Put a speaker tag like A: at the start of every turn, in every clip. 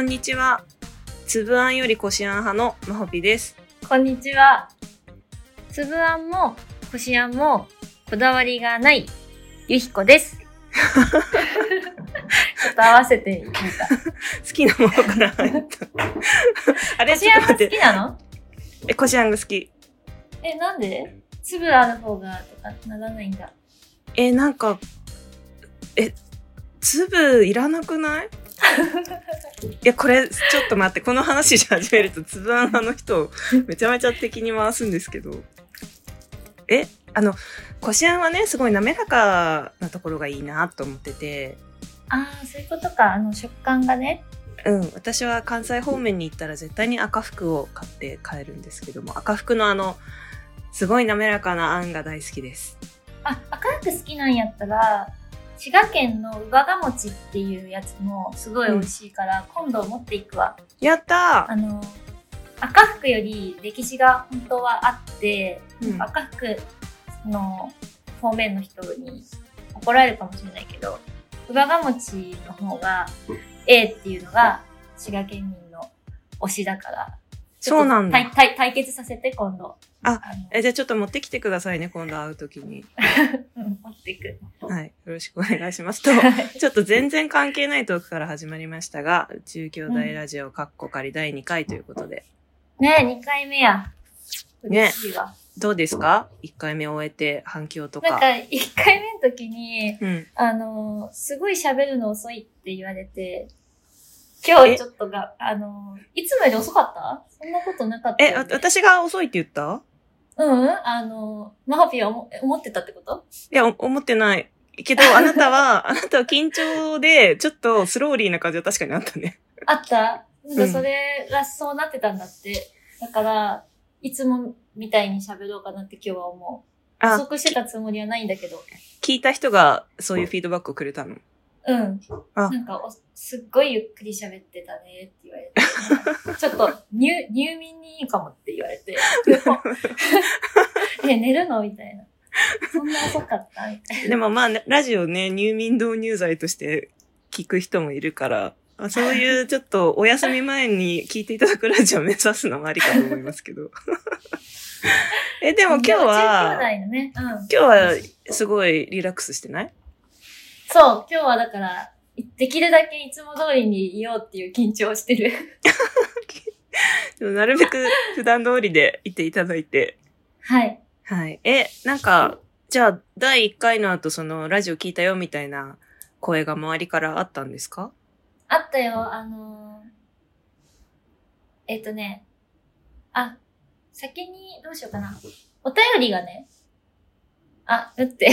A: んにちは。つぶあんよりこしあん派のまほぴです。
B: こんにちは。つぶあんも、こしあんも、こだわりがない、ゆひ こです。ちょっと合わせてみた。
A: 好きなものから入った。 あれ、
B: こし
A: ちょっ
B: あん
A: と待
B: が
A: っ
B: 好
A: て。
B: きなの
A: え、こしあんが好き。
B: え、なんでつぶある方がとかならないんだ。
A: え、なんか、え、粒いらなくない いや、これ、ちょっと待って、この話し始めると、つぶあん派の人をめちゃめちゃ敵に回すんですけど。え、あの、こしあんはね、すごい滑らかなところがいいなと思ってて、
B: ああ、そういうことか。あの、食感がね。
A: うん、私は関西方面に行ったら絶対に赤服を買って帰るんですけども、赤服のあの、すごい滑らかなあんが大好きです。
B: あ、赤く好きなんやったら、滋賀県のうばが餅っていうやつもすごい美味しいから、今度持っていくわ。
A: やった
B: あの、赤服より歴史が本当はあって、
A: ー、うん、
B: 赤服の方面の人に怒られるかもしれないけど、うばが餅の方が A っていうのが滋賀県民の推しだから。ちょっ
A: そ
B: と
A: うなんだ
B: 対。対対決させて今度。
A: あ
B: の
A: えじゃあちょっと持ってきてくださいね、今度会うときに。
B: うん、持っていく。
A: はい。よろしくお願いしますと、ちょっと全然関係ないトークから始まりましたが、宇宙兄弟ラジオカッコ仮第2回ということで、
B: ねえ、2回目や。
A: ね
B: 嬉しいわ。
A: どうですか ?1 回目終えて反響とか。
B: なんか、1回目の時に、
A: うん。
B: あの、すごい喋るの遅いって言われて、今日ちょっとが、あの、いつもより遅かったそんなことなかったよ
A: え、
B: ね、
A: わ私が遅いって言った
B: うんうん、あの、マハピーは思思ってたってこと
A: いや、お思ってない。け ど、あなたは、あなたは緊張で、ちょっとスローリーな感じは確かにあったね。
B: あったな
A: う
B: んか
A: ん
B: それがそうなってたんだって。だから、いつもみたいに喋ろうかなって今日は思う。不
A: あ、
B: 足してたつもりはないんだけど。
A: 聞いた人がそういうフィードバックをくれたの。
B: うん。
A: あ
B: なんかお、すっごいゆっくり喋ってたねって言われて。 ちょっと入、入眠にいいかもって言われて。え、寝るのみたいな。そんな遅かったみたい
A: でもまあ、ね、ラジオね、入眠導入剤として聞く人もいるから、まあそう いうちょっとお休み前に聞いていただくラジオを目指すのもありかと思いますけど。 え、で
B: な。
A: も今日
B: 中
A: は、
B: 兄弟のね。うん。
A: 今日はすごいリラックスしてない
B: そう、今日はだから、いできるだけいつも通りにいようっていう緊張をして る。
A: でもなるべく普段通りでいていただいて。
B: はい。
A: はい。え、なんか、じゃあ、第1回の後、その、ラジオ聞いたよみたいな声が周りからあったんですか
B: あったよ、あのーえっ、とね、あ、先にどうしようかな。お便りがね、あ、だって、。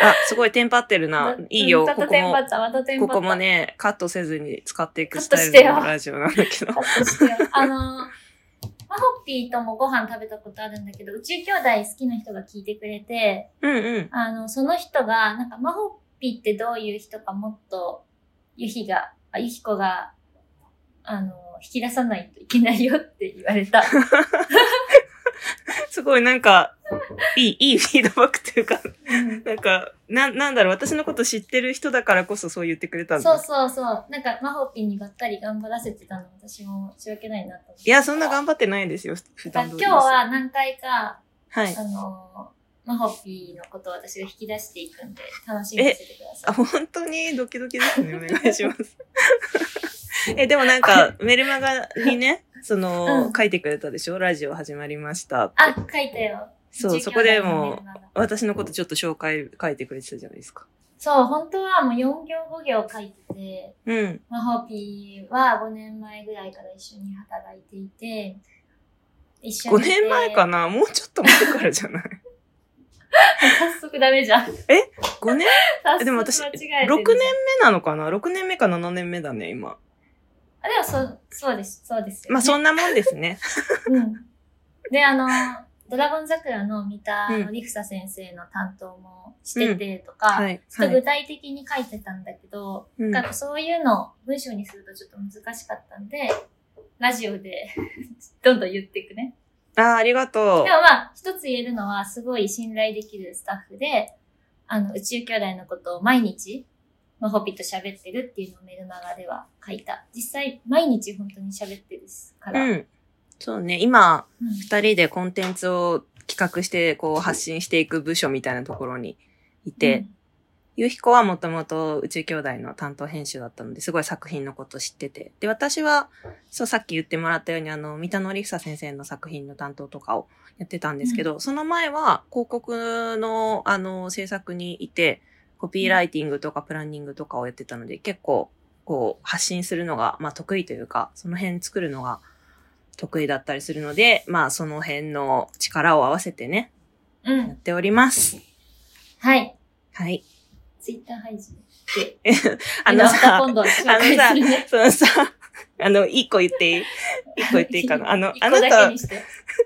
A: あ、 すごいテンパってるないいよ、
B: ま
A: こ
B: た
A: こ
B: テンパ
A: も
B: っ。た、またテンパ
A: こ
B: っ
A: こ
B: た。
A: もね、カットせずに使っていくス
B: カット
A: タ
B: し
A: イ
B: て
A: ル
B: よ
A: のラジオなんだけど
B: カ。ットしてよ。あのーマホッピーともご飯食べたことあるんだけど、宇宙兄弟好きな人が聞いてくれて、
A: うんうん。
B: あの、その人が、なんか、マホッピーってどういう人かもっと、ゆひが、あ、ゆひこが、あの、引き出さないといけないよって言われ た。
A: すごいなんか、いい、いいフィードバックっていうか、
B: うん
A: なんか、な、なんだろう、私のこと知ってる人だからこそそう言ってくれたんだ。
B: そうそうそう。なんか、マホッピーにばったり頑張らせてたの、私も申し訳ないなと思って。
A: いや、そんな頑張ってないですよ、普
B: あ
A: 段通
B: 今
A: りで
B: 日
A: す。
B: は何回か、
A: はい
B: あ。の、マホッピーのことを私が引き出していくんで、楽しみにしててくださ
A: あ、
B: い。
A: 本当にドキドキ ですね。お願いします。 え、でもなんか、メルマガにね、その、
B: うん
A: 書いてくれたでしょラジオ始まりましたって。
B: あ、書いたよ。
A: そう、
B: 19
A: そこで
B: のメ
A: も
B: ル
A: う、
B: マガ
A: 私のことちょっと紹介書いてくれてたじゃないですか。
B: そう、本当はもう4行5行書いてて、
A: うん。
B: マホピーは5年前ぐらいから一緒に働いていて、一緒に
A: 5
B: いて。
A: 年前か
B: な
A: なもうちょっと前からじゃ ない
B: 早速ダメじゃん。
A: ?5 年
B: 早速
A: でも私
B: 間違 えてる
A: ?6 年目なのかな ?6 年目か7年目だね、今。
B: あ、でもそう、そうです、そうですよ、ね。
A: まあ、そんなもんです ね。
B: うん。で、あの、ドラゴン桜の三田のりふさ先生の担当もしててとか、
A: はい。
B: ちょ
A: は
B: っと具
A: い。
B: 体的に書いてたんだけど、
A: うん
B: なんかそういうのを文章にするとちょっと難しかったんで、ラジオで どんどん言っていくね。
A: あー、ありがと
B: でもまあ、一つ言えるのは、すごい信頼できるスタッフで、あの、宇宙兄弟のことを毎日、まあ、ホピと喋ってるっていうのをメルマガでは書いた。実際、毎日本当に喋ってるから。
A: うん。そうね、今、
B: うん
A: 二人でコンテンツを企画して、こう、発信していく部署みたいなところにいて、ゆひこはもともと宇宙兄弟の担当編集だったので、すごい作品のこと知ってて。で、私は、そう、さっき言ってもらったように、あの、三田のりふさ先生の作品の担当とかをやってたんですけど、その前は広告の、あの、制作にいて、コピーライティングとかプランニングとかをやってたので、結構、こう、発信するのが、まあ、得意というか、その辺作るのが得意だったりするので、まあ、その辺の力を合わせてね、
B: うん。う
A: やっ
B: ん。
A: ております。
B: はい。
A: はい。
B: ツイッター配信で。
A: あの
B: また
A: さ、
B: 今度紹介するね。
A: そのさ、あの、一個言っていい一個言っていいかなあの
B: 一、
A: あ
B: 個
A: な
B: だ
A: た
B: けに、して。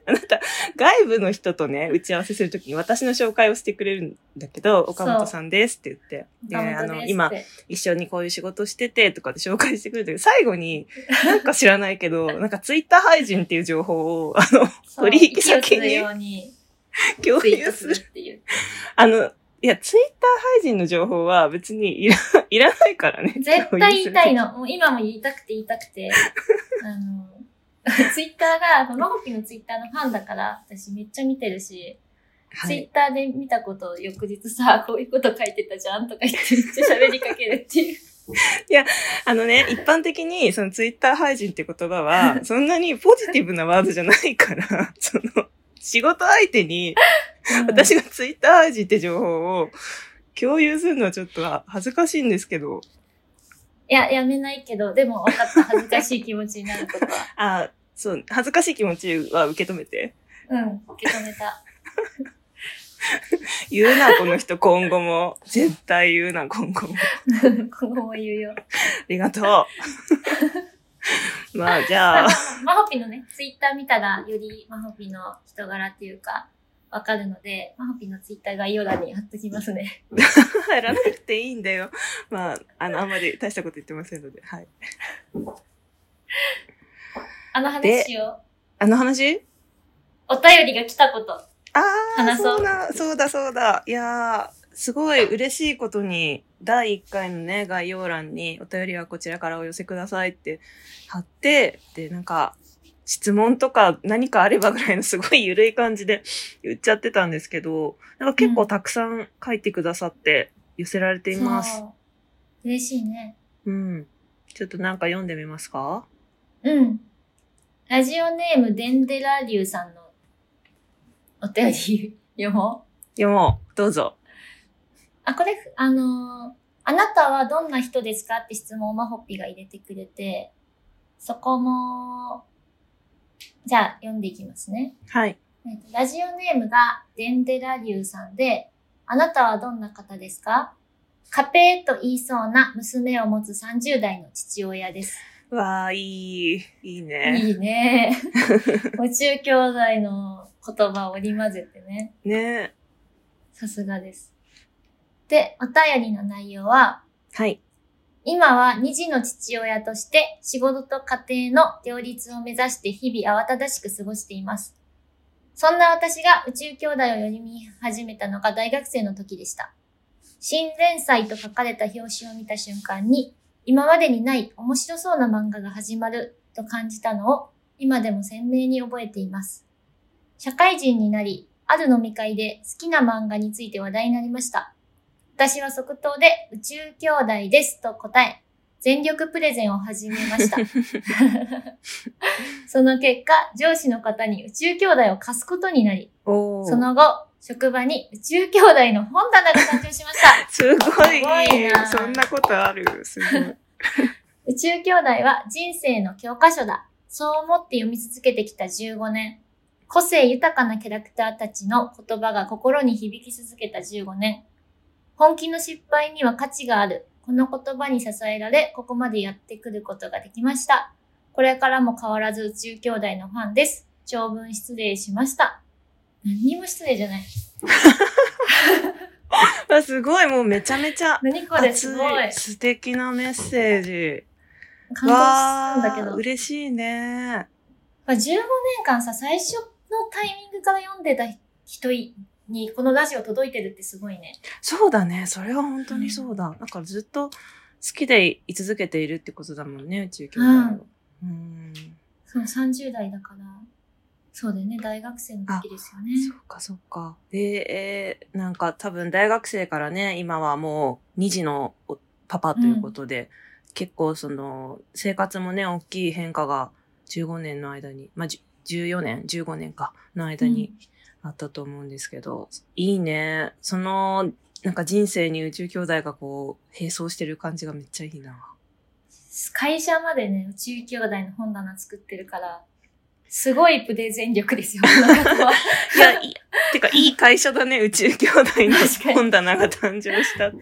A: あなた、外部の人とね、打ち合わせするときに私の紹介をしてくれるんだけど、岡本さんですって言って。で、あ
B: 岡本ですっ
A: の、
B: て
A: 今、、一緒にこういう仕事しててとかって紹介してくれて、最後に、なんか知らないけ ど、なんかツイッター配信っていう情報を、あの、
B: そう
A: 取引先に
B: 息をするように
A: 共
B: ツイー
A: 有
B: ト
A: す
B: す
A: る
B: る。っ ていう。
A: あの、いや、ツイッター配信の情報は別にいら、いらないからね。
B: 絶対言いたい
A: の。
B: の。もう今も言いたくて言いたく て。あの、 ツイッターが、あの、ロホピのツイッターのファンだから、私めっちゃ見てるし、
A: は
B: ツイッ
A: い。
B: ターで見たことを翌日さ、こういうこと書いてたじゃんとか言ってめっちゃ喋りかけるっていう。
A: あのね、一般的に、そのツイッター配信って言葉は、そんなにポジティブなワードじゃないから、 その、仕事相手に、 私がツイッター配信って情報を共有するのはちょっとは恥ずかしいんですけど、
B: いや、やめないけど、でも分かった。恥ずかしい気持ちになることは。
A: あそう、恥ずかしい気持ちは受け止めて。
B: うん、受け止めた。
A: 言うな、この人、今後も。絶対言うな、今後も。あ
B: 今後も言うよ。
A: りがとう。まあ、じ
B: ま
A: ゃ
B: あ
A: あ、
B: マホピのね、ツイッター見たら、よりマホピの人柄っていうか、わかるので、マホピのツイッター概要欄に貼っときます ね。
A: 入らなくていいんだよ。まあ、あの、あんまり大したこと言ってませんので、はい。
B: あの話を、
A: あの話
B: お便りが来たこと。
A: ああ、
B: 話そう
A: そうだ、そうだ、そうだ。いやー、すごい嬉しいことに、第1回のね、概要欄に、お便りはこちらからお寄せくださいって貼って、で、なんか、質問とか何かあればぐらいのすごい緩い感じで 言っちゃってたんですけど、なんか結構たくさん書いてくださって寄せられています。
B: そう。嬉しいね。
A: うん。ちょっとなんか読んでみますか
B: うん。ラジオネームデンデラリュウさんのお便り読もう。
A: 読もう。どうぞ。
B: あ、これ、あのーあなたはどんな人ですかって質問をマホッピが入れてくれて、そこも、じゃあ読んでいきますね。
A: はい。
B: えっとラジオネームがデンデラリュウさんで、あなたはどんな方ですかカペーと言いそうな娘を持つ30代の父親です。
A: わー、いい。いいね。
B: いいね。宇宙兄弟の言葉を織り交ぜてね。
A: ね
B: さすがです。で、お便りの内容は、
A: はい。
B: 今は2児の父親として仕事と家庭の両立を目指して日々慌ただしく過ごしています。そんな私が宇宙兄弟を読み始めたのが大学生の時でした。新連載と書かれた表紙を見た瞬間に、今までにない面白そうな漫画が始まると感じたのを今でも鮮明に覚えています。社会人になり、ある飲み会で好きな漫画について話題になりました。私は即答で宇宙兄弟ですと答え、全力プレゼンを始めました。その結果、上司の方に宇宙兄弟を貸すことになり、
A: おー。
B: その後、職場に宇宙兄弟の本棚が誕生しました。
A: すごい
B: すごいな
A: そんなことある。すごい。
B: 宇宙兄弟は人生の教科書だ。そう思って読み続けてきた15年。個性豊かなキャラクターたちの言葉が心に響き続けた15年。本気の失敗には価値がある。この言葉に支えられ、ここまでやってくることができました。これからも変わらず宇宙兄弟のファンです。長文失礼しました。何にも失礼じゃない。
A: あすごい、もうめちゃめちゃ
B: 何これ
A: 熱
B: す
A: い
B: ごい。
A: 素敵なメッセージ。
B: 感動するんだけ
A: わー。
B: ど
A: 嬉しいね。
B: まあ、15年間さ、最初のタイミングから読んでた人いにこのラジオ届いてるってすごいね。
A: そうだね。それは本当にそうだ。なんかずっと好きでい続けているってことだもんね、宇宙兄弟は。うん。
B: その30代だから、そうだよね、大学生の時ですよね。
A: そうか、そうか。で、えーなんか多分大学生からね、今はもう2児のおパパということで、結構その生活もね、大きい変化が15年の間に、まあ、じゅ14年、15年か、の間にあったと思うんですけど、いいね。その、なんか人生に宇宙兄弟がこう、並走してる感じがめっちゃいいな。
B: 会社までね、宇宙兄弟の本棚作ってるから、すごいプレゼン力ですよ、この方 は
A: いや、いいてか、いい会社だね、宇宙兄弟の
B: 確かに
A: 本棚が誕生したって。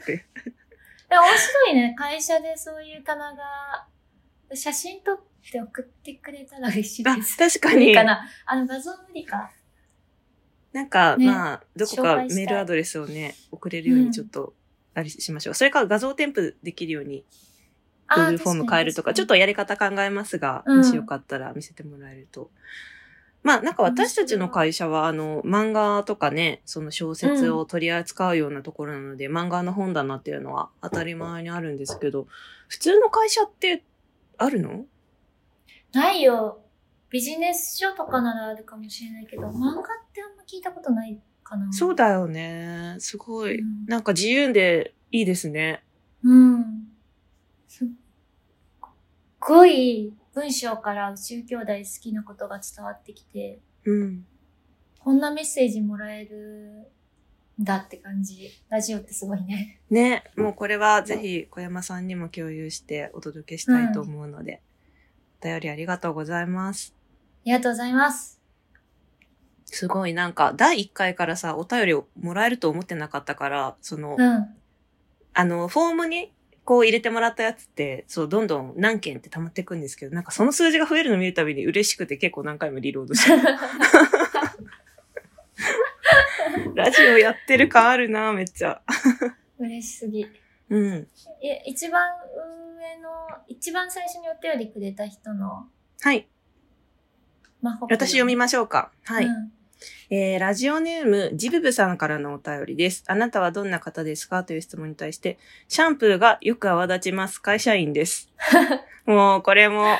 B: で面白いね、会社でそういう棚が、写真撮って送ってくれたら嬉しい
A: あ
B: です。
A: 確か
B: 無理
A: に
B: か。なあの、画像無理か。
A: なんか、
B: ね
A: まあ、どこか
B: 紹介したい
A: メールアドレスをね、送れるよう
B: うん
A: にちょっと、あれしましょう。それから画像添付できるように、
B: あ
A: Google フォーム変えるとか、ちょっ
B: と。
A: とやり方考えますが、
B: うん
A: もしよかったら見せてもらえると。まあ、なんか私たちの会社は、あの、漫画とかね、その小説を取り扱うようなところなので、漫画の本棚っていうのは当たり前にあるんですけど、普通の会社って、あるの
B: ないよ。ビジネス書とかならあるかもしれないけど、漫画ってあんま聞いたことないかな。
A: そうだよね。すごい。なんか自由でいいですね。
B: うん。うん。すっごい文章から宇宙兄弟好きなことが伝わってきて、
A: うん。
B: こんなメッセージもらえるんだって感じ。ラジオってすごいね。
A: ね、もうこれはぜひ小山さんにも共有してお届けしたいと思うので、お便りありがとうございます。
B: ありがとうございます。
A: すごいなんか、第1回からさ、お便りをもらえると思ってなかったから、その、
B: うん。
A: あの、フォームにこう入れてもらったやつって、そう、どんどん何件って溜まっていくんですけど、なんかその数字が増えるの見るたびに嬉しくて結構何回もリロード してる。ラジオやってる感あるな、めっちゃ。
B: 嬉しすぎ。
A: うん。
B: え、一番上の、一番最初にお便りくれた人の
A: はい。
B: 魔法。
A: 私読みましょうか。はい。
B: うん
A: えーラジオネーム、ジブブさんからのお便りです。あなたはどんな方ですかという質問に対して、シャンプーがよく泡立ちます。会社員 です。もう、これも、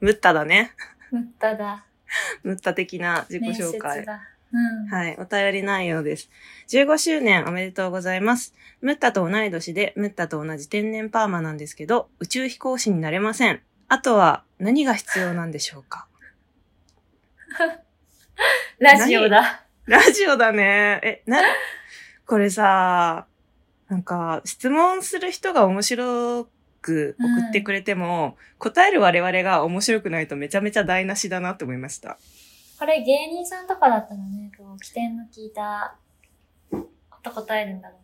A: ムッタだね。
B: ムッタだ。
A: ムッタ的な自己
B: 面
A: 紹
B: 接
A: 介。
B: だ。うん。
A: はい、お便り内容です。15周年おめでとうございます。ムッタと同い年で、ムッタと同じ天然パーマなんですけど、宇宙飛行士になれません。あとは、何が必要なんでしょうか
B: ラジオだ。
A: ラジオだね。え、な、これさ、なんか、質問する人が面白く送ってくれても、答える我々が面白くないとめちゃめちゃ台無しだなって思いました。
B: これ芸人さんとかだったらね、こう、起点の聞いたこと答えるんだろ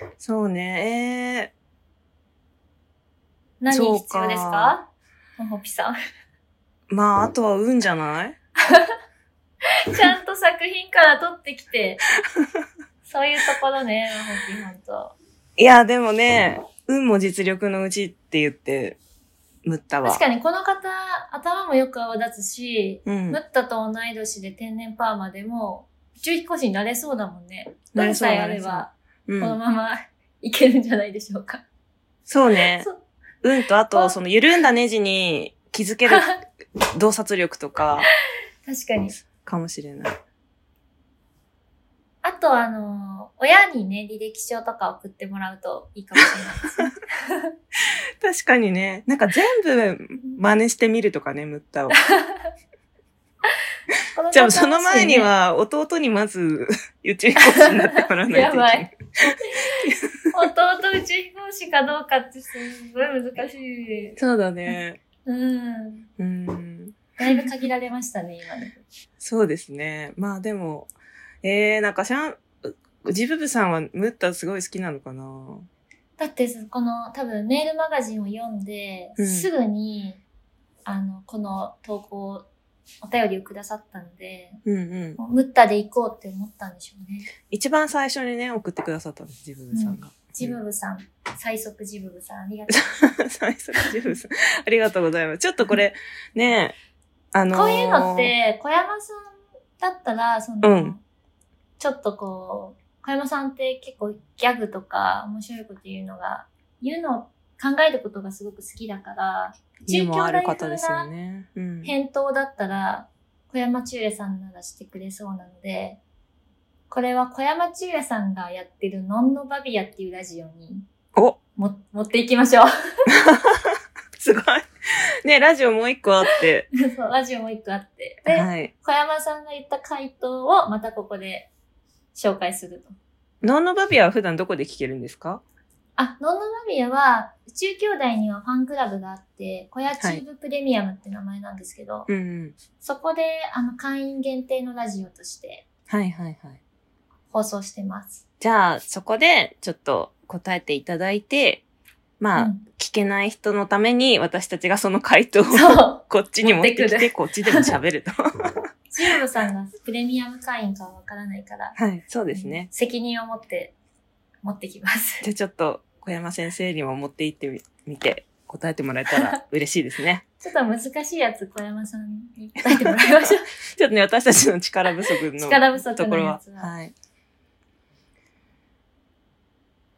B: うな。
A: そうね。
B: 何必
A: そうか
B: 要ですかもほぴさん。
A: え ー、まあ、あとは運じゃない
B: ちゃんと作品から撮ってき て。そういうところね、まほぴほんと。
A: いや、でもね、運も実力のうちって言って、ムッタは。
B: 確かにこの方、頭もよく泡立つし、
A: うん
B: ム。ッタと同い年で天然パーマでも、宇宙飛行士になれそうだもんね。
A: な
B: 運
A: れそう
B: さえ
A: な
B: あ
A: れ
B: れ
A: そう
B: ば、
A: う
B: この
A: ん、
B: まま いけるんじゃないでしょうか。
A: そうね
B: そう。
A: 運と、あと、その、緩んだネジに気づけ る洞察力とか、
B: 確かに。
A: かもしれない。
B: あと、あの、親にね、履歴書とか送ってもらうといいかもしれないですね。
A: 確かにね。なんか全部真似してみるとかね、ムッタを。
B: この 方
A: じゃあその前には弟にまず 宇宙飛行士になってもらわないとい
B: や
A: け
B: ば
A: ないい。。
B: 弟宇宙飛行士かどうかってすごい難しい。
A: そうだね。
B: うん。
A: うん。
B: だいぶ限られましたね、今ね。
A: そうですね。まあでも、えー、なんかシャン、ジブブさんはムッタすごい好きなのかな
B: だってさ、この多分メールマガジンを読んで、
A: うん
B: すぐに、あの、この投稿、お便りをくださったので、
A: うんうん。
B: もうムッタで行こうって思ったんでしょうね。
A: 一番最初にね、送ってくださったんです、ジブブさんが。
B: ジブブさん、最速ジブブさん、ありがとう。
A: 最初のジブブさん。ありがとうございます。ちょっとこれ、ねえ、あのー
B: こういうのっ、て、小山さんだったら、その、
A: うん
B: ちょっとこう、小山さんって結構ギャグとか面白いこと言うのが、言うのを考えることがすごく好きだから、
A: ユーモアある
B: 中京大
A: 方
B: 風
A: ですよ
B: な
A: ね。うん。
B: 返答だったら、小山中也さんならしてくれそうなので、これは小山中也さんがやってるノンノバビアっていうラジオに
A: お
B: も持っていきましょう。
A: すごい。ね、ラジオもう一個あって。
B: そうラジオも一個あって。で、
A: はい。
B: 小山さんが言った回答をまたここで紹介すると。
A: ノーノバビアは普段どこで聞けるんですか
B: あ、ノンノマミヤは、宇宙兄弟にはファンクラブがあって、小屋チーブプレミアムって名前なんですけど、
A: うんうん。
B: そこで、あの、会員限定のラジオとして
A: はいはいはい。
B: 放送してます。
A: じゃあ、そこでちょっと答えていただいて、まあ、
B: うん
A: 聞けない人のために私たちがその回答を
B: そう。
A: こっちに持って
B: 持
A: き
B: ってく
A: て、こっちでも喋ると。
B: チーブさんがプレミアム会員かはわからないから、
A: はい、そうですね。
B: 責任を持って、持ってきます。
A: じゃあちょっと小山先生にも持って行ってみ見て答えてもらえた ら嬉しいですね。
B: ちょっと難しいやつ、小山さんに答えてもらいま しょう。
A: ちょっとね、私たちの力不足の
B: 力不足
A: とこ
B: の
A: ろ
B: や
A: は
B: つ。は。
A: はい。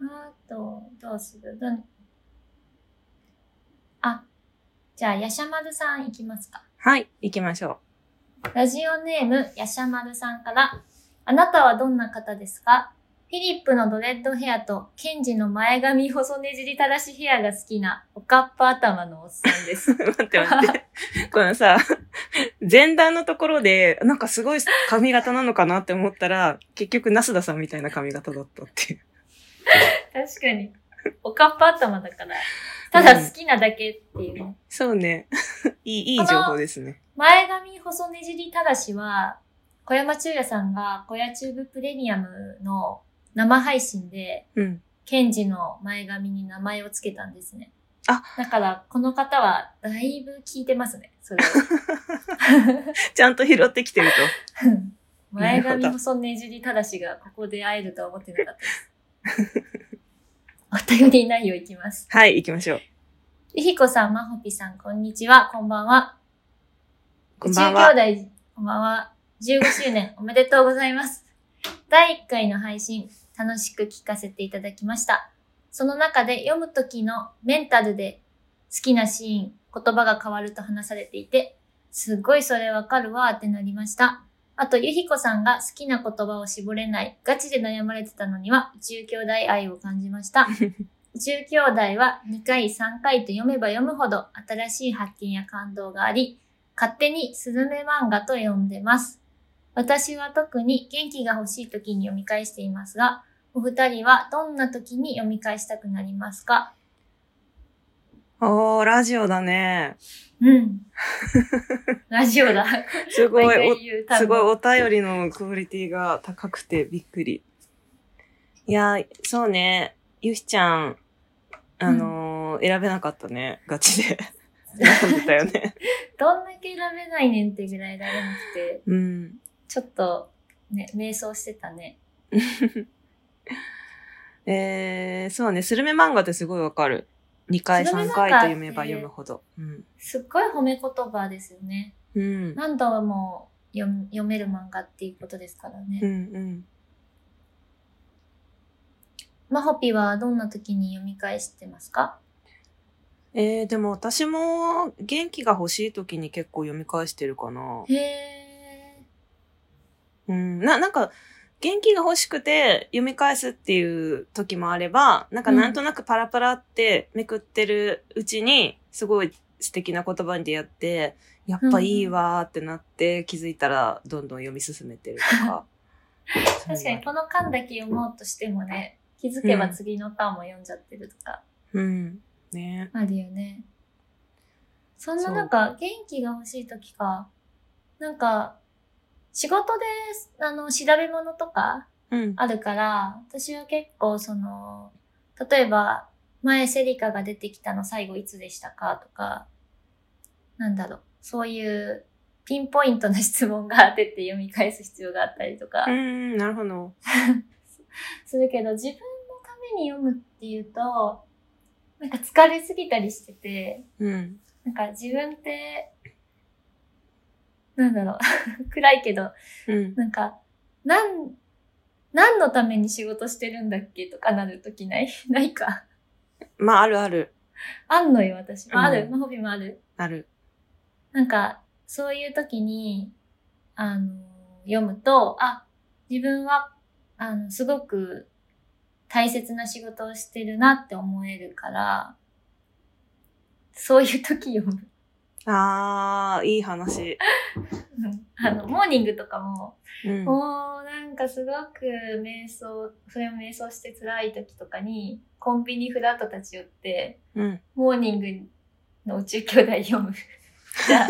B: あと、どうするどんあ、じゃあ、やしゃまるさんいきますか。
A: はい、行きましょ
B: ラジオネーム、やしゃまるさんから、あなたはどんな方ですかフィリップのドレッドヘアと、ケンジの前髪細ねじりたらしヘアが好きな、おかっぱ頭のおっさんです。
A: う。 待って待って。このさ、前段のところで、なんかすごい髪型なのかなって思ったら、結局、ナスダさんみたいな髪型だったっていう。
B: 確かに。おかっぱ頭だから、ただ好きなだけっていうね。
A: そうね。 いい、いい情報ですね。
B: 前髪細ねじりただしは、小山中也さんが小屋チューブプレミアムの生配信で、
A: うん。
B: ケンジの前髪に名前をつけたんですね。
A: あ
B: だから、この方はだいぶ聞いてますね、それを。
A: ちゃんと拾ってきてると。
B: 前髪細ねじりただしがここで会えるとは思ってなかったです。お便り内容いきます。
A: はい、行きましょう。
B: りひこさん、まほぴさん、こんにちは、こんばんは。
A: こんばんは。
B: 宇宙兄弟、こんばんは。15 周年おめでとうございます。第1回の配信、楽しく聞かせていただきました。その中で読む時のメンタルで好きなシーン、言葉が変わると話されていて、すっごいそれわかるわーってなりました。あと、ゆひこさんが好きな言葉を絞れない、ガチで悩まれてたのには、宇宙兄弟愛を感じ ました。宇宙兄弟は2回、3回と読めば読むほど新しい発見や感動があり、勝手にスズメ漫画と呼んでます。私は特に元気が欲しい時に読み返していますが、お二人はどんな時に読み返したくなりますか
A: おー、ラジオだね。
B: うん。 ラジオだ。
A: すご
B: 毎
A: い、
B: 回言う
A: お
B: 単
A: す
B: 語
A: ごいお便りのクオリティが高くてびっくり。いやー、そうね。ゆひちゃん、あのー選べなかったね。ガチで。 選んでたよね。
B: どんだけ選べないねんってぐらい選べなくて、
A: うん。
B: ちょっと、ね、迷走してたね。
A: えー、そうね。スルメ漫画ってすごいわかる。2回、
B: スルメ
A: 3
B: 漫画
A: 回と読めば
B: って
A: 読むほど。うん。
B: すっごい褒め言葉ですよね。
A: うん。
B: 何度も読む読める漫画っていうことですから
A: うん、う
B: ね。
A: ん。
B: まほぴはどんな時に読み返してますか
A: えー、でも私も元気が欲しい時に結構読み返してるかな。
B: へえ。
A: うん、な、なんか、元気が欲しくて読み返すっていう時もあれば、なんかなんとなくパラパラってめくってるうちに、すごい素敵な言葉に出会って、やっぱいいわーってなって気づいたらどんどん読み進めてるとか。
B: 確かにこの巻だけ読もうとしてもね気づけば次の巻も読んじゃってるとか
A: うん。ね
B: あるよね、そんななんか元気が欲しい時かなんか仕事であの調べ物とか
A: うん。
B: あるから私は結構その例えば前セリカが出てきたの最後いつでしたかとかなんだろうそういうピンポイントな質問が出て読み返す必要があったりとか、
A: うん、なるほど。
B: するけど、自分のために読むっていうと、なんか疲れすぎたりしてて、
A: うん。
B: なんか自分って、なんだろう、暗いけど、
A: うん。
B: なんか、なん、何のために仕事してるんだっけとかなるときない ないか。
A: まあ、あるある。
B: あんのよ、私。まあ、ある。
A: うん
B: まあ、ホビもある。
A: ある。
B: なんか、そういう時に、あの、読むと、あ、自分は、あの、すごく大切な仕事をしてるなって思えるから、そういう時読む。
A: あー、いい話。
B: あの、モーニングとかも、
A: うん。
B: もうなんかすごく瞑想、それも瞑想して辛い時とかに、コンビニフラット立ち寄って、
A: うん。
B: モーニングの宇宙兄弟読む。じゃあ、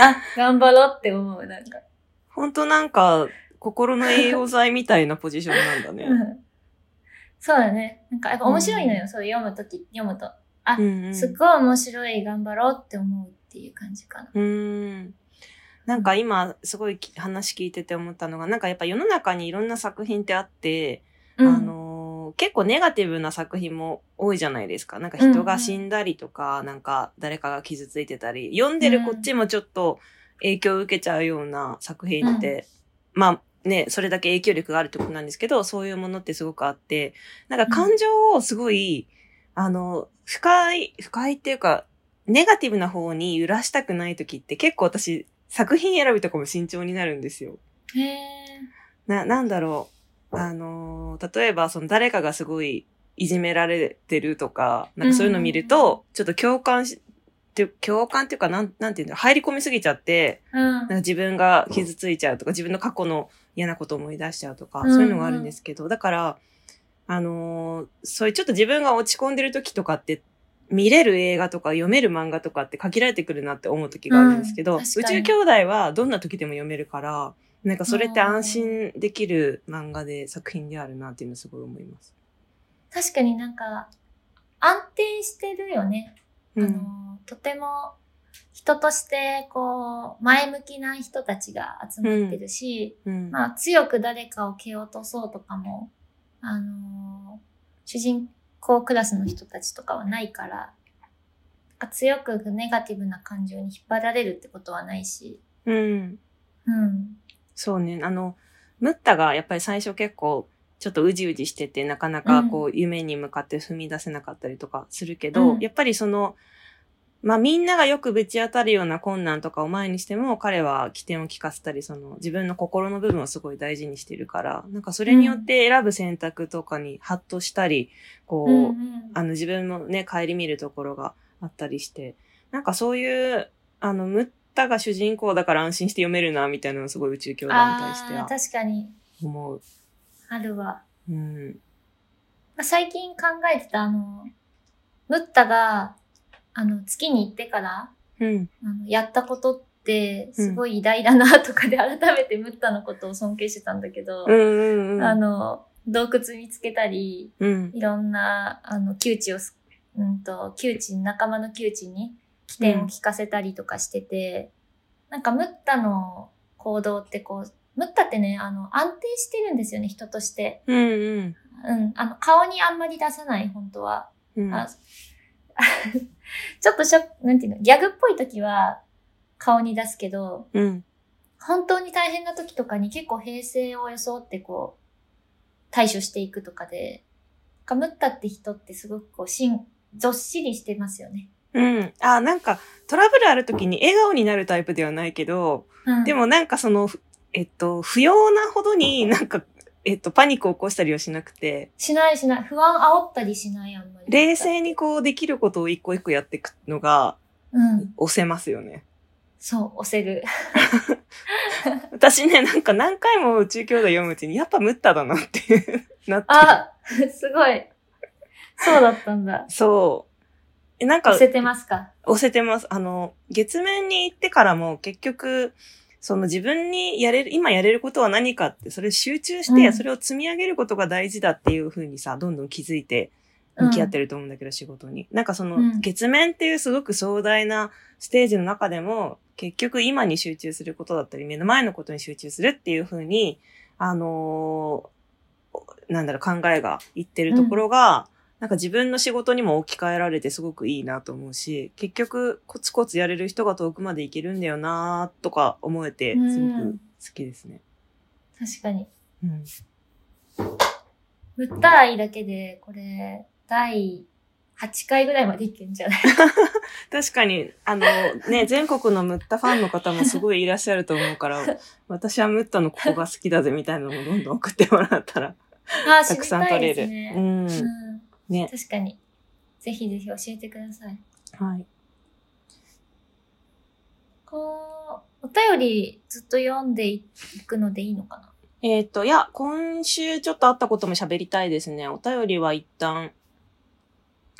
B: あ、頑張ろうって思う、なんか。
A: ほんとなんか、心の栄養剤みたいなポジションなんだ
B: う
A: ね。
B: んそうだね。なんかやっぱ面白いのよ、そう読むとき、読むと。
A: うんうん。
B: すっごい面白い、頑張ろうって思うっていう感じかな。
A: うーん。なんか今、すごいき話聞いてて思ったのが、なんかやっぱ世の中にいろんな作品ってあって、
B: うん
A: あのー、結構ネガティブな作品も多いじゃないですか。なんか人が死んだりとか、なんか誰かが傷ついてたり、読んでるこっちもちょっと影響を受けちゃうような作品って、まあね、それだけ影響力があるってことなんですけど、そういうものってすごくあって、なんか感情をすごい、あの、深い、深いっていうか、ネガティブな方に揺らしたくない時って結構私、作品選びとかも慎重になるんですよ。
B: へえ。
A: な、なんだろう。あのー、例えばその誰かがすごいいじめられてるとか、なんかそういうの見ると、ちょっと共感し、って共感っていうか、なん、なんていうんだろう入り込みすぎちゃって、
B: うん
A: なんか。自分が傷ついちゃうとか、自分の過去の嫌なことを思い出しちゃうとか、
B: うんうん
A: そういうのがあるんですけど、だから、あのーそういうちょっと自分が落ち込んでる時とかって、見れる映画とか読める漫画とかって限られてくるなって思う時があるんですけど、宇
B: うん確
A: 宙
B: かに
A: 兄弟はどんな時でも読めるから、なんかそれって安心できる漫画で作品であるなっていうのすごい思います。
B: 確かになんか、安定してるよね。
A: う
B: あ
A: ん。
B: の、とても人として、こう、前向きな人たちが集まってるし、
A: うん。
B: まあ、強く誰かを蹴落とそうとかも、あのー主人公クラスの人たちとかはないから、なんか強くネガティブな感情に引っ張られるってことはないし、
A: うん。
B: うん。
A: そうね。あの、ムッタがやっぱり最初結構、ちょっとうじうじしてて、なかなかこう、夢に向かって踏み出せなかったりとかするけど、
B: うん
A: やっぱりその、まあみんながよくぶち当たるような困難とかを前にしても、彼は起点を聞かせたり、その自分の心の部分をすごい大事にしてるから、なんかそれによって選ぶ選択とかにハッとしたり、こう、
B: うんうん
A: あの自分もね、帰り見るところがあったりして、なんかそういう、あの、ムッタが主人公だから安心して読めるな、みたいなのすごい宇宙兄弟に対して
B: あー
A: は
B: 確かに、
A: 思う。
B: あるわ。
A: うん。
B: まあ最近考えてた、あの、ムッタが、あの、月に行ってから、
A: うん。
B: あの、やったことって、すごい偉大だな、とかで、改めてムッタのことを尊敬してたんだけど、
A: うんうんうん。
B: あ、の、洞窟見つけたり、
A: うん。
B: いろんな、あの、窮地をす、うんと、窮地に、仲間の窮地に起点を聞かせたりとかしてて、なんか、ムッタの行動ってこう、ムッタってね、あの、安定してるんですよね、人として。
A: うんうん。
B: うん、あの、顔にあんまり出さない、本当は。
A: うん。
B: あ ちょっとしょ、なんていうの、ギャグっぽい時は顔に出すけど、
A: うん。
B: 本当に大変な時とかに結構平静を装ってこう、対処していくとかで、かむったって人ってすごくこう、しん、ずっしりしてますよね。
A: うん。あ、なんか、トラブルある時に笑顔になるタイプではないけど、
B: うん、
A: でもなんかその、ふえっと、不要なほどになんか、えっと、パニックを起こしたりはしなくて、
B: しないしない。不安煽ったりしない、あんまり。
A: 冷静にこうできることを一個一個やっていくのが、
B: うん。
A: 押せますよね。
B: そう、押せる。
A: 私ね、なんか何回も宇宙兄弟読むうちに、やっぱムッタだなってなって。
B: あ、すごい。そうだったんだ。
A: そう。え、なんか、
B: 押せてますか。
A: 押せてます。あの、月面に行ってからも結局、その自分にやれる、今やれることは何かって、それ集中して、
B: うん
A: それを積み上げることが大事だっていうふうにさ、どんどん気づいて
B: うん
A: 向き合ってると思うんだけど、仕事に。なんかその、
B: うん
A: 月面っていうすごく壮大なステージの中でも、結局今に集中することだったり、目の前のことに集中するっていうふうに、あのーなんだろう、考えがいってるところが、なんか自分の仕事にも置き換えられてすごくいいなと思うし、結局コツコツやれる人が遠くまで行けるんだよなとか思えて、
B: うん
A: すごく好きですね。
B: 確かに。
A: うん。
B: ぶった愛だけで、これ、第8回ぐらいまでいけんじゃない
A: 確かに、あの、 ね、全国のムッタファンの方もすごいいらっしゃると思うから、私はムッタのここが好きだぜみたいなのをどんどん送ってもらったら、
B: ああ、
A: た
B: 知
A: く
B: り
A: さん
B: た
A: 取
B: い
A: れ
B: で
A: る。
B: すね。
A: うん。
B: うん
A: ね。
B: 確かに。ぜひぜひ教えてください。
A: はい。
B: こう、お便りずっと読んでいくのでいいのかな
A: えっ、と、いや、今週ちょっとあったことも喋りたいですね。お便りは一旦、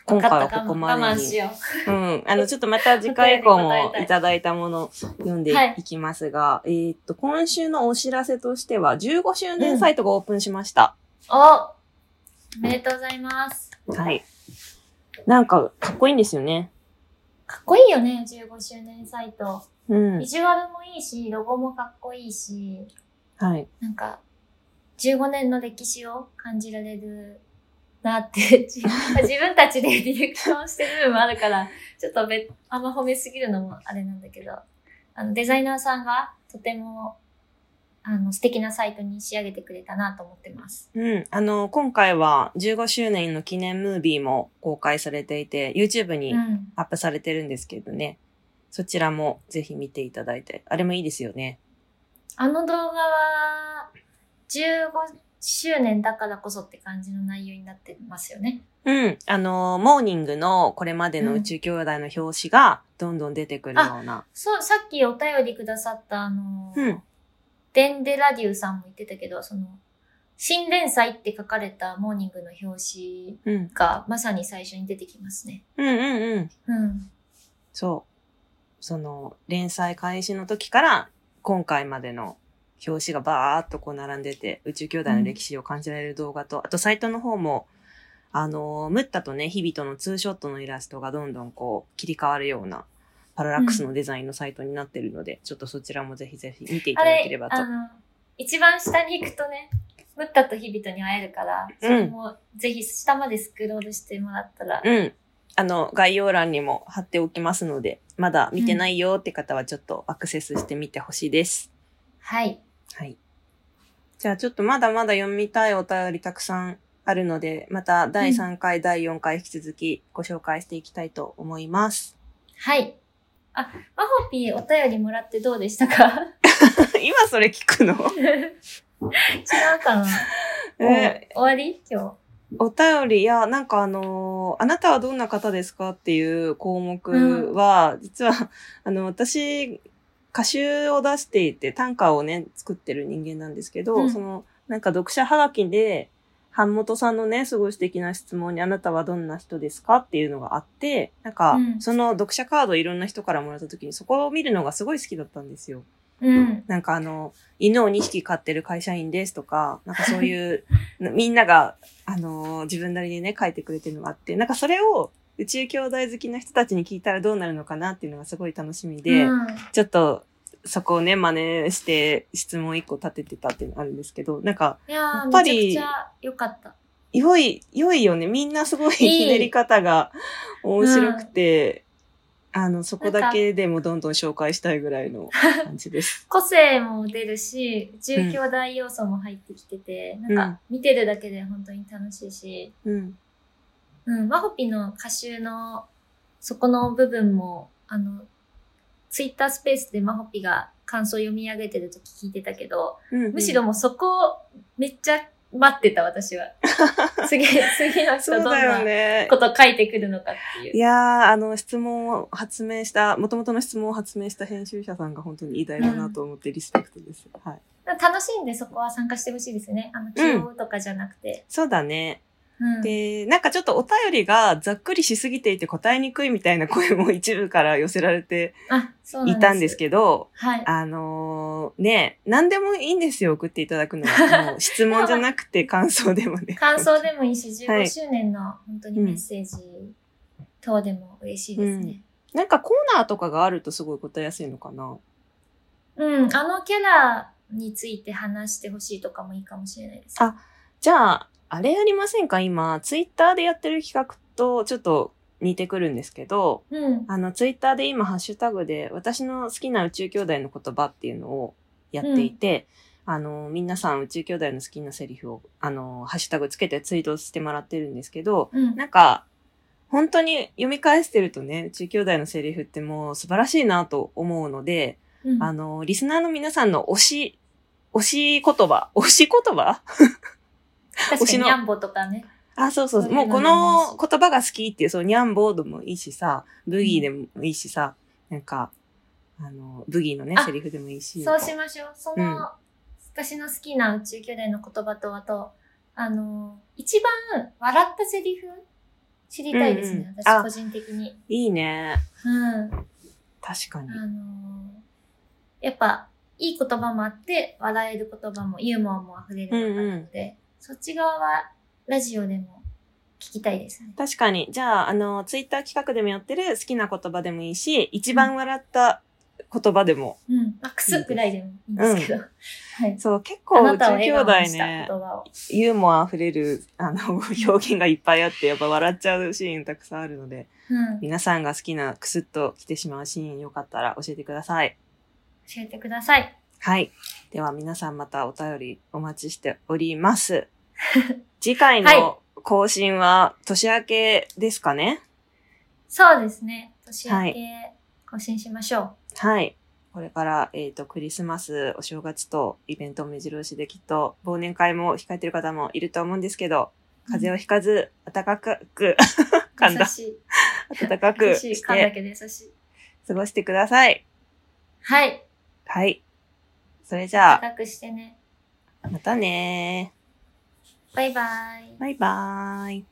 A: 今回はここま
B: わかった我慢
A: で
B: し
A: に。
B: よ
A: うん。あの、ちょっとまた次回以降
B: お便り
A: も
B: 答えたい
A: いただいたもの読んで
B: はい
A: いきますが、えっ、と、今週のお知らせとしては、15周年サイトがオープンしました。
B: う。おおめでとうございます。
A: はい。なんか、かっこいいんですよね。
B: かっこいいよね、15周年サイト。
A: うん
B: ビ。ジュアルもいいし、ロゴもかっこいいし、
A: はい。
B: なんか、15年の歴史を感じられるなって、 自自分たちでディレクションしてる部分もあるから、ちょっとべあんま褒めすぎるのもあれなんだけど、あの、デザイナーさんがとても、あの、素敵なサイトに仕上げてくれたなと思ってます。
A: うん。あの、今回は15周年の記念ムービーも公開されていて、YouTube に
B: うん。
A: アップされてるんですけどね。そちらもぜひ見ていただいて。あれもいいですよね。
B: あの動画は、15周年だからこそって感じの内容になってますよね。
A: うん。あの、モーニングのこれまでの宇宙兄弟の表紙がどんどん出てくるような。
B: そう、さっきお便りくださったあの、
A: うん。
B: デンデラデューさんも言ってたけど、その、新連載って書かれたモーニングの表紙
A: うん。
B: がまさに最初に出てきますね。
A: うんうんうん。
B: うん。
A: そう。その、連載開始の時から今回までの表紙がバーっとこう並んでて、宇宙兄弟の歴史を感じられる動画と、あとサイトの方も、あの、ムッタとね、ヒビとのツーショットのイラストがどんどんこう切り替わるような、パララックスのデザインのサイトになってるので、ちょっとそちらもぜひぜひ見てい
B: あ
A: ただけれ
B: れ
A: ば、と
B: あ。の、一番下に行くとね、ムッタとヒビトに会えるから、
A: う
B: そ
A: ん
B: れもぜひ下までスクロールしてもらったら、
A: うん。あの、概要欄にも貼っておきますので、まだ見てないよって方はちょっとアクセスしてみてほしいです。
B: はい。
A: はい。じゃあちょっとまだまだ読みたいお便りたくさんあるので、また第3回、第4回引き続きご紹介していきたいと思います。
B: はい。あ、マホピーお便りもらってどうでしたか
A: 今それ聞くの
B: 違うかな、
A: え
B: もう終わり今日。
A: お便りや、なんかあのーあなたはどんな方ですかっていう項目は、実は、 あの、私、歌集を出していて、短歌をね、作ってる人間なんですけど、
B: うん
A: その、なんか読者はがきで、版元さんのね、すごい素敵な質問に、あなたはどんな人ですかっていうのがあって、なんか、
B: うん
A: その読者カードをいろんな人からもらった時に、そこを見るのがすごい好きだったんですよ。
B: うん。
A: なんかあの、犬を2匹飼ってる会社員ですとか、なんかそう いう、なみんなが、あのー自分なりにね、書いてくれてるのがあって、なんかそれを宇宙兄弟好きな人たちに聞いたらどうなるのかなっていうのがすごい楽しみで、
B: うん
A: ちょっとそこをね、真似して質問1個立ててたっていうのあるんですけど、なんか、
B: いや
A: や
B: ー
A: っぱり
B: めちゃくちゃ良かった。
A: 良い、良いよね。みんなすごい
B: いい
A: ひねり方が面白くて、あの、そこだけでもどんどん紹介したいぐらいの感じ です。
B: 個性も出るし、中兄弟要素も入ってきてて、
A: ん
B: なんか見てるだけで本当に楽しいし、
A: うん。
B: うん、マホピの歌集のそこの部分も、あの、ツイッタースペースでマホピが感想読み上げてるとき聞いてたけど、
A: うんうん
B: むしろもうそこめっちゃ待ってた私 は。次、次の人
A: そう
B: どん
A: だよ
B: な
A: ね。
B: こと書いてくるのかっていう。
A: いやー、あの、質問を発明した、もともとの質問を発明した編集者さんが本当に偉大だなと思ってリスペクトです。はい。
B: 楽しんでそこは参加してほしいですね。あの、気負うとかじゃなくて。
A: そうだね。
B: うん
A: で、なんかちょっとお便りがざっくりしすぎていて答えにくいみたいな声も一部から寄せられて
B: あ、そうなん
A: い
B: です。
A: たんですけど、
B: はい。
A: あのーね、何でもいいんですよ、送っていただくのは。もう質問じゃなくて感想でもね。
B: 感想でもいいし、
A: はい
B: 15周年の本当にメッセージ等でも嬉しいですね。
A: なんかコーナーとかがあるとすごい答えやすいのかな。
B: うん、あのキャラについて話してほしいとかもいいかもしれないです。
A: あじゃあ、あれやりませんか今、ツイッターでやってる企画とちょっと似てくるんですけど、
B: うん。
A: あの、ツイッターで今、ハッシュタグで、私の好きな宇宙兄弟の言葉っていうのをやっていて、あの、皆さん、宇宙兄弟の好きなセリフを、あの、ハッシュタグつけてツイートしてもらってるんですけど、
B: うん
A: なんか、本当に読み返してるとね、宇宙兄弟のセリフってもう素晴らしいなと思うので、
B: うん
A: あの、リスナーの皆さんの推し、推し言葉、推し言葉
B: 確
A: 推
B: か
A: し
B: に
A: の
B: ニャンボとかね。
A: あ、そうそう。
B: それ
A: もうこ
B: な
A: の言葉が好きっていう、そう、ニャンボードもいいしさ、ブギーでもいいしさ、なんか、あの、ブギーのね
B: あ、
A: セリフでもいいし。
B: そうしましょう。その、
A: うん
B: 私の好きな宇宙兄弟の言葉と、あと、あの、一番笑ったセリフ知りたいですね。
A: うんうん
B: 私
A: あ
B: 個人的に。
A: いいね。
B: うん。
A: 確かに。
B: あのーやっぱ、いい言葉もあって、笑える言葉も、ユーモアも溢れるものなので、そっち側は、ラジオでも聞きたいですね。
A: 確かに。じゃあ、あの、ツイッター企画でもやってる好きな言葉でもいいし、一番笑った言葉でも。
B: うん。まあ、くすぐらいでもいいんですけど。 はい。
A: そう、結
B: あ
A: 構、宇
B: な
A: 宙
B: たを
A: 兄
B: 笑
A: 弟
B: 顔にした言
A: ね、
B: 葉を。
A: ユーモア溢れる、あの、表現がいっぱいあって、やっぱ笑っちゃうシーンたくさんあるので、
B: うん。教
A: 皆さんが好きなクスッと来てしまうシーンよかったら教えてください。
B: えてください。
A: はい。では皆さんまたお便りお待ちしております。 次回の更新は年明けですかね
B: そうですね。年
A: は
B: 明
A: い
B: け、更新しましょう。
A: はい。これから、えっ、と、クリスマス、お正月とイベント目白押しできっと忘年会も控えてる方もいると思うんですけど、風邪をひかず、暖か く、噛んだ
B: 優しい。
A: 暖かく
B: 優しい。
A: し
B: 噛んだ
A: て
B: けど優しい。
A: 過ごしてください。
B: はい。
A: はい。それじゃあ、
B: 高くしてね。
A: またね
B: バイバイ。
A: バイバーイ。